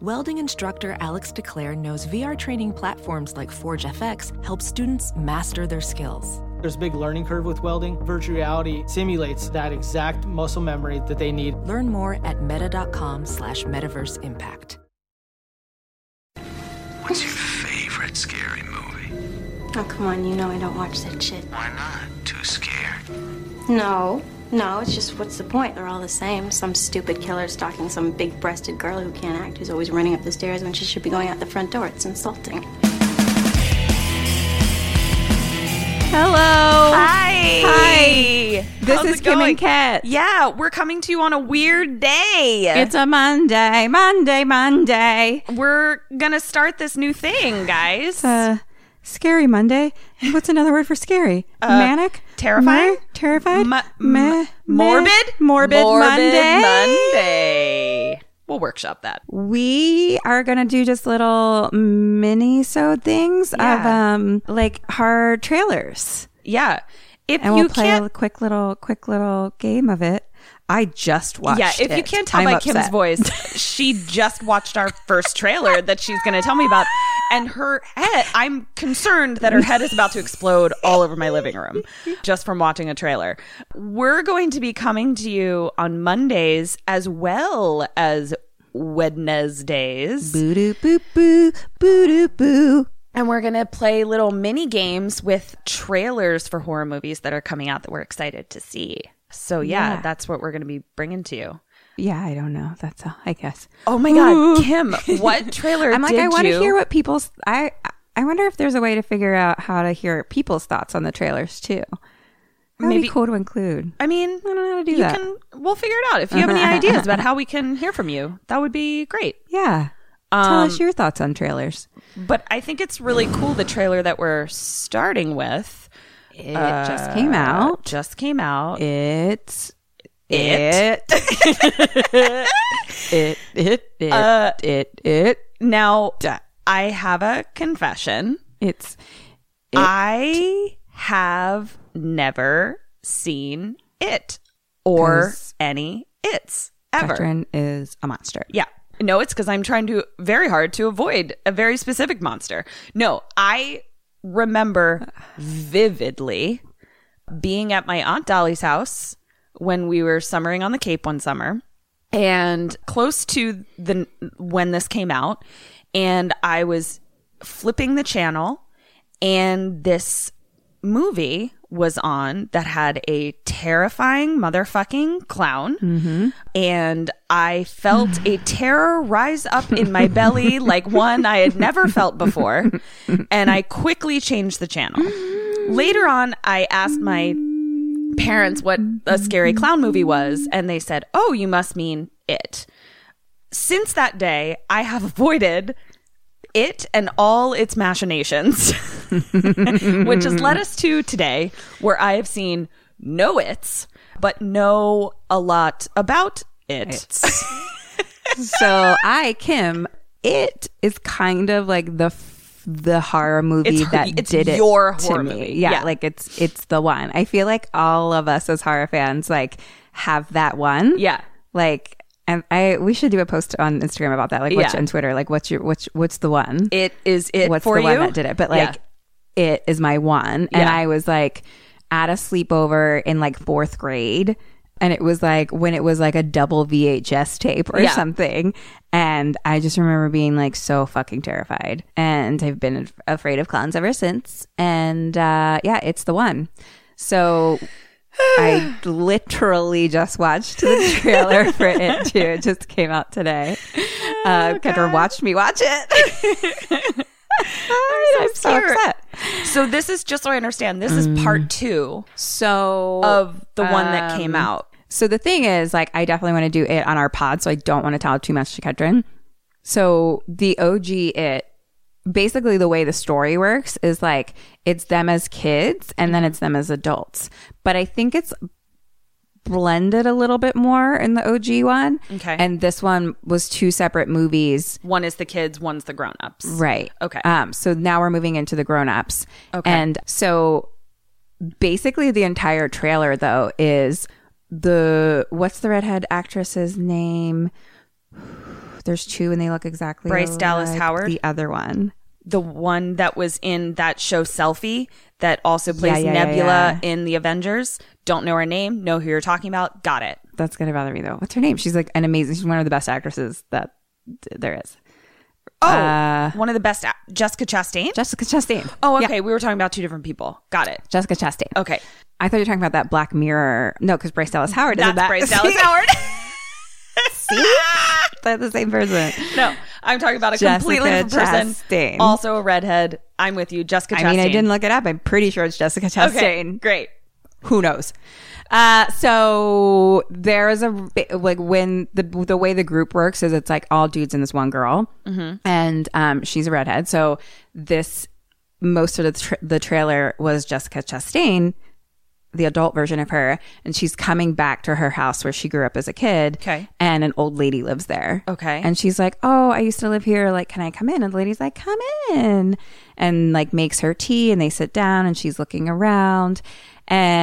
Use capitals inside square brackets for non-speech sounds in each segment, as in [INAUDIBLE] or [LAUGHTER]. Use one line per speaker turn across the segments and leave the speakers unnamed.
Welding instructor Alex DeClaire knows VR training platforms like Forge FX help students master their skills.
There's a big learning curve with welding. Virtual reality simulates that exact muscle memory that they need.
Learn more at meta.com slash metaverse impact.
What's your favorite scary movie?
Oh, come on, you know I don't watch that shit.
Why not? Too scared?
No, no, it's just what's the point? They're all the same. Some stupid killer stalking some big breasted girl who can't act, who's always running up the stairs when she should be going out the front door. It's insulting.
Hello.
Hi.
Hi. This
How's
is
it
Kim
going?
and Kat.
Yeah, we're coming to you on a weird day.
It's a Monday, Monday, Monday.
we're gonna start this new thing, guys.
Uh, scary Monday. What's another word for scary? Manic?
Uh, terrifying?
Mer- terrified?
Mu-
Meh?
morbid?
Meh? Morbid, Monday?
Monday. We'll workshop that.
We are going to do just little mini-sode things of
Yeah.
um like horror trailers.
Yeah. If
And
you
we'll play
can't
a quick little quick little game of it. I just watched
yeah, if you
it.
can't tell
I'm
by
upset.
Kim's [LAUGHS] voice, she just watched our first trailer that she's going to tell me about, and her head. I'm concerned that her head is about to explode all over my living room just from watching a trailer. We're going to be coming to you on Mondays as well as Wednesdays.
Boo doo boo boo boo doo boo.
And we're going to play little mini games with trailers for horror movies that are coming out that we're excited to see. So, yeah,
Yeah.
that's what we're going to be bringing to you.
Yeah, I don't know. That's all. I guess.
Oh my
Ooh.
God, Kim! [LAUGHS] What trailer?
I'm like,
did
I want
you-
to hear what people's. I I wonder if there's a way to figure out how to hear people's thoughts on the trailers too. That would be
Maybe-
cool to include.
I mean,
I don't know how to do
you
that.
can. We'll figure it out. If you have [LAUGHS] any ideas about how we can hear from you, that would be great.
Yeah. Tell
um,
us your thoughts on trailers.
But I think it's really cool. The trailer that we're starting with
It just
uh,
came out.
just came out.
It's
It. [LAUGHS]
it [LAUGHS] it it
Uh,
it it
now, I have a confession.
it's
I have never seen it or
'Cause
any its ever.
Catherine is a monster.
Yeah. No, it's because I'm trying to very hard to avoid a very specific monster. No, I remember vividly being at my Aunt Dolly's house when we were summering on the Cape one summer and close to the when this came out and I was flipping the channel and this movie was on that had a terrifying motherfucking clown and I felt a terror rise up in my belly like one I had never felt before. And I quickly changed the channel. Later on, I asked my parents what a scary clown movie was, and they said, Oh, you must mean it. Since that day, I have avoided it and all its machinations, [LAUGHS] which has led us to today, where I have seen no its, but know a lot about it.
so I Kim, it is kind of like the f- the horror movie
It's her-
that
it's
did it
your
to
horror
me.
movie.
Yeah,
Yeah.
like it's it's the one. I feel like all of us as horror fans like have that one.
Yeah.
like. And I we should do a post on Instagram about that, like what's
Yeah.
on Twitter, like what's your what's what's the one?
It is it
what's
for
the
you.
one that did it. But
Yeah.
like, it is my one. And
Yeah.
I was like at a sleepover in like fourth grade. And it was like when it was like a double VHS tape or
Yeah.
something. And I just remember being like so fucking terrified. And I've been af- afraid of clowns ever since. And uh, yeah, it's the one. So I literally just
[LAUGHS]
watched the trailer for it too. It just came out today.
Oh,
Uh, Kendra watched me watch it. [LAUGHS] I'm, so
scared.
upset.
So this is just so I understand. This is part two
So
of the one that came
Mm. um,
out.
So the thing is, like, I definitely want to do it on our pod, so I don't want to tell too much to Kedron. So the OG it basically the way the story works is like it's them as kids and then it's them as adults. But I think it's blended a little bit more in the OG one.
Okay.
And this one was two separate movies.
One is the kids, one's the grown ups.
Right.
Okay.
Um, so now we're moving into the grown ups.
Okay.
And so basically the entire trailer though is the what's the redhead actress's name? [SIGHS] There's two and they look exactly
Bryce Dallas
alike.
Howard?
The other one.
The one that was in that show Selfie that also plays
yeah, yeah,
Nebula
yeah.
in the Avengers. Don't know her name, know who you're talking about. Got it.
That's gonna bother me though. What's her name? She's like an amazing she's one of the best actresses that th- there is.
Oh,
Uh,
one of the best, a- Jessica Chastain.
Jessica Chastain.
oh, okay. We were talking about two different people. Got it.
Jessica Chastain.
Okay.
I thought you were talking about that Black Mirror. No, because Bryce Dallas Howard is
That's
that. [LAUGHS]
Bryce Dallas Howard.
See? They're the same person.
no, I'm talking about a completely
Jessica
different person.
Chastain.
Also a redhead. I'm with you, Jessica Chastain.
I mean, I didn't look it up. I'm pretty sure it's Jessica
Okay,
Chastain.
great.
Who knows? Uh, so there is a bi- like when the the way the group works is it's like all dudes and this one girl,
Mm-hmm.
and um, she's a redhead. So this most of the tra- the trailer was Jessica Chastain, the adult version of her, and she's coming back to her house where she grew up as a kid.
Okay.
and an old lady lives there.
Okay.
and she's like, "Oh, I used to live here. Like, can I come in?" And the lady's like, "Come in," and like makes her tea, and they sit down, and she's looking around,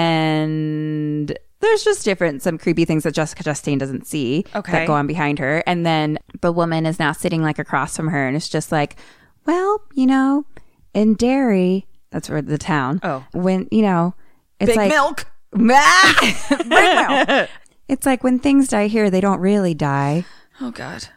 and there's just different some creepy things that Jessica Chastain doesn't see
Okay.
that go on behind her, and then the woman is now sitting like across from her, and it's just like, "Well, you know, in Derry, that's where the town.
Oh.
when you know, it's
Big
like
milk.
[LAUGHS] Big milk.
[LAUGHS]
It's like when things die here, they don't really die."
Oh God.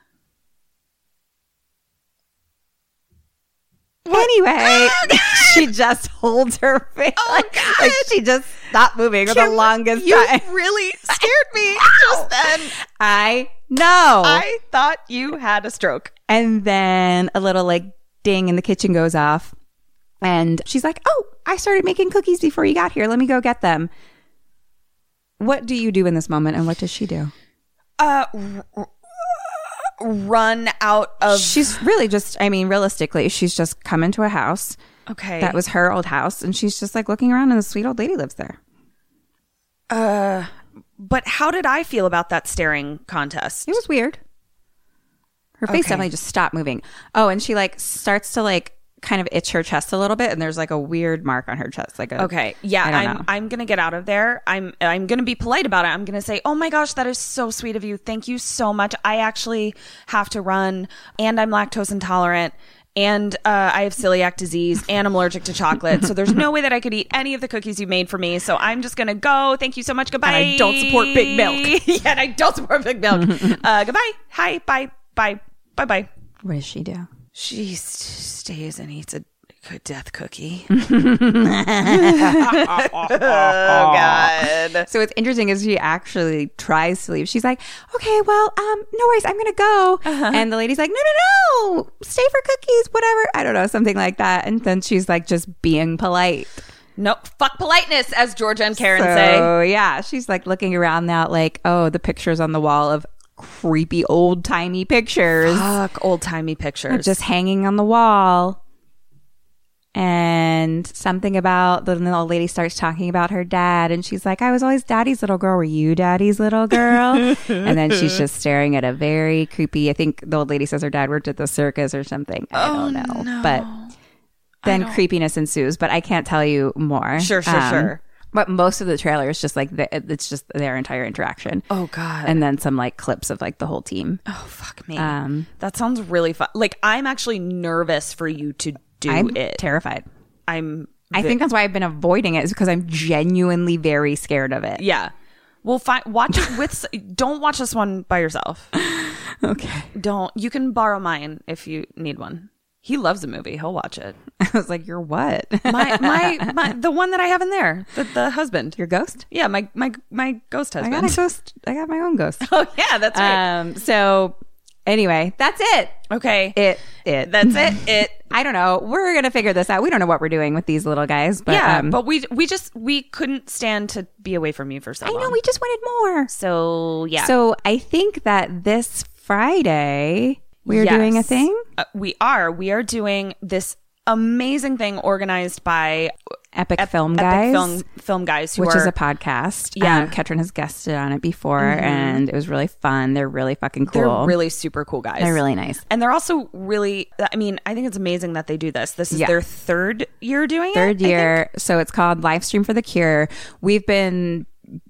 Anyway,
Oh,
[LAUGHS] she just holds her face. like, like she just stopped moving for the longest
you
time.
really scared
[LAUGHS]
me just then.
I know.
I thought you had a stroke.
and then a little like ding in the kitchen goes off. And she's like, Oh, I started making cookies before you got here. Let me go get them. What do you do in this moment? And what does she do?
Uh, r- r- run out of.
She's really just, I mean, realistically, she's just come into a house
okay.
that was her old house. And she's just like looking around, and the sweet old lady lives there.
But how did I feel about that staring contest?
It was weird. Her face
Okay.
definitely just stopped moving. Oh, and she like starts to like kind of itch her chest a little bit, and there's like a weird mark on her chest. Like a,
Okay. Yeah,
I don't
I'm
know.
I'm going to get out of there. I'm I'm going to be polite about it. I'm going to say, "Oh my gosh, that is so sweet of you. Thank you so much. I actually have to run and I'm lactose intolerant and uh, I have celiac disease and I'm allergic to chocolate. So there's no way that I could eat any of the cookies you made for me. So I'm just going to go. Thank you so much. Goodbye.
I don't support big milk.
[LAUGHS] yeah, and I don't support big
[LAUGHS]
milk. uh, goodbye. Hi. Bye. Bye. Bye-bye.
What does she do?
She stays and eats a good death cookie.
So what's interesting is she actually tries to leave. She's like, "Okay, well, um, no worries, I'm gonna go."
Uh-huh.
And the lady's like, "No, no, no, stay for cookies, whatever." I don't know, something like that. And then she's like, just being polite.
No, fuck politeness, as Georgia and Karen say.
So yeah, she's like looking around now, like, oh, the pictures on the wall of creepy old timey pictures.
Fuck old timey pictures.
just hanging on the wall. And something about the little lady starts talking about her dad, and she's like, I was always daddy's little girl. Were you daddy's
[LAUGHS]
little girl? and then she's just staring at a very creepy, I think the old lady says her dad worked at the circus or something. I
Oh,
don't know. But then creepiness ensues, but I can't tell you more. Um,
Sure, sure, sure.
But most of the trailer is just like, the, it's just their entire interaction.
oh god.
And then some like clips of like the whole team.
oh fuck me.
Um,
that sounds really fun. Like I'm actually nervous for you to do
I'm
it.
terrified.
I'm.
I think that's why I've been avoiding it is because I'm genuinely very scared of it.
Yeah. Well, fi- watch it with. s- [LAUGHS] don't watch this one by yourself.
[LAUGHS] Okay.
Don't. You can borrow mine if you need one. He loves the movie. He'll watch it.
[LAUGHS] I was like, you're what?
[LAUGHS] My my, my the one that I have in there. The, the husband.
Your [LAUGHS] ghost?
Yeah, my my my ghost
I Uh,
husband. [LAUGHS]
got a ghost. I got my own ghost.
oh yeah, that's right.
Um, so Anyway, that's it.
Okay.
It [LAUGHS] it
That's it. It.
I don't know. We're gonna figure this out. We don't know what we're doing with these little guys, but
yeah,
um,
uh, but we we just we couldn't stand to be away from you for so
I
long.
know we just wanted more.
so yeah.
So I think that this Friday we're
Yes.
doing a thing.
Uh, we are. We are doing this amazing thing organized by
Epic
Ep-
Film
Epic
Guys,
film, film guys, who
which is
are-
a podcast.
Yeah. Mm-hmm.
um, Ketrin has guested on it before, and it was really fun. They're really fucking cool.
they're really super cool guys.
They're really nice.
and they're also really. I mean, I think it's amazing that they do this. This is
Yeah.
their third year doing it.
Third
I think.
year, so it's called Livestream for the Cure. We've been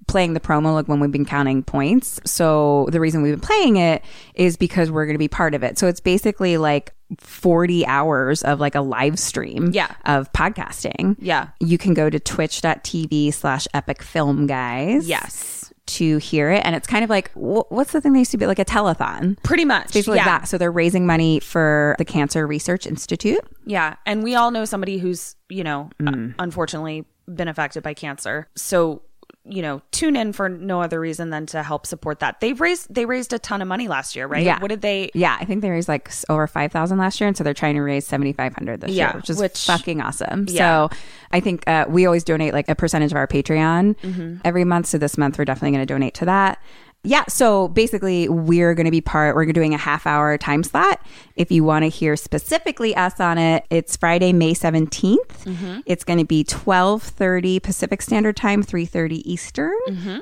playing the promo like when we've been counting points. So the reason we've been playing it is because we're going to be part of it. So it's basically like 40 hours of like a live stream
Yeah.
of podcasting.
Yeah.
You can go to twitch.tv slash epic film guys.
Yes.
To hear it. And it's kind of like, wh- what's the thing they used to be like a telethon?
Pretty much.
Basically
yeah.
that. So they're raising money for the Cancer Research Institute.
Yeah. And we all know somebody who's, you know,
Mm.
uh, unfortunately been affected by cancer. So, you know, tune in for no other reason than to help support that. They've raised they raised a ton of money last year, right?
Yeah.
What did they
Yeah, I think they raised like s- over five thousand last year, and so they're trying to raise seventy five hundred this
Yeah,
year, which is
which-
fucking awesome.
Yeah.
So I think uh, we always donate like a percentage of our Patreon
Mm-hmm.
every month. So this month we're definitely going to donate to that. Yeah, so basically we're going to be part. We're doing a half hour time slot. If you want to hear specifically us on it, it's Friday, May 17th
Mm-hmm.
It's going to be twelve thirty Pacific Standard Time, three thirty Eastern.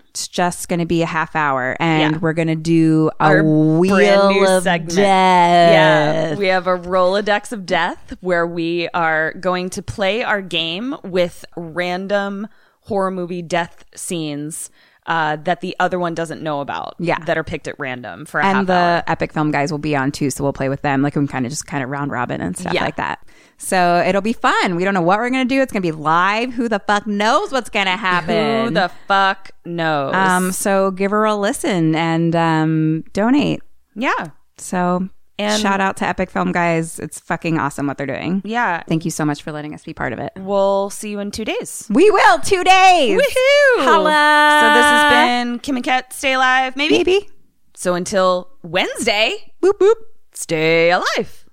It's just going to be a half hour,
Mm-hmm.
and
Yeah.
we're going to do a
Our
wheel
brand new
of
segment.
death.
Yeah. We have a Rolodex of Death where we are going to play our game with random horror movie death scenes uh, that the other one doesn't know about.
Yeah.
That are picked at random for a half
And the
hour.
Epic Film guys will be on too, so we'll play with them. Like we can kind of just kind of round robin and stuff
Yeah.
like that. So it'll be fun. We don't know what we're gonna do. It's gonna be live. Who the fuck knows what's gonna happen?
Who the fuck knows?
um. So give her a listen and um donate.
yeah.
So
And-
shout out to Epic Film guys. It's fucking awesome what they're doing.
Yeah.
Thank you so much for letting us be part of it.
We'll see you in two days.
We will two days.
Woohoo!
Holla.
So this has been Kim and Kat Stay Alive, maybe?
Maybe.
So until Wednesday,
Boop boop.
stay alive.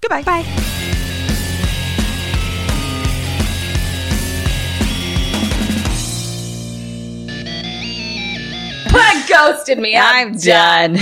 Goodbye.
Bye.
Ghosted me. I'm done.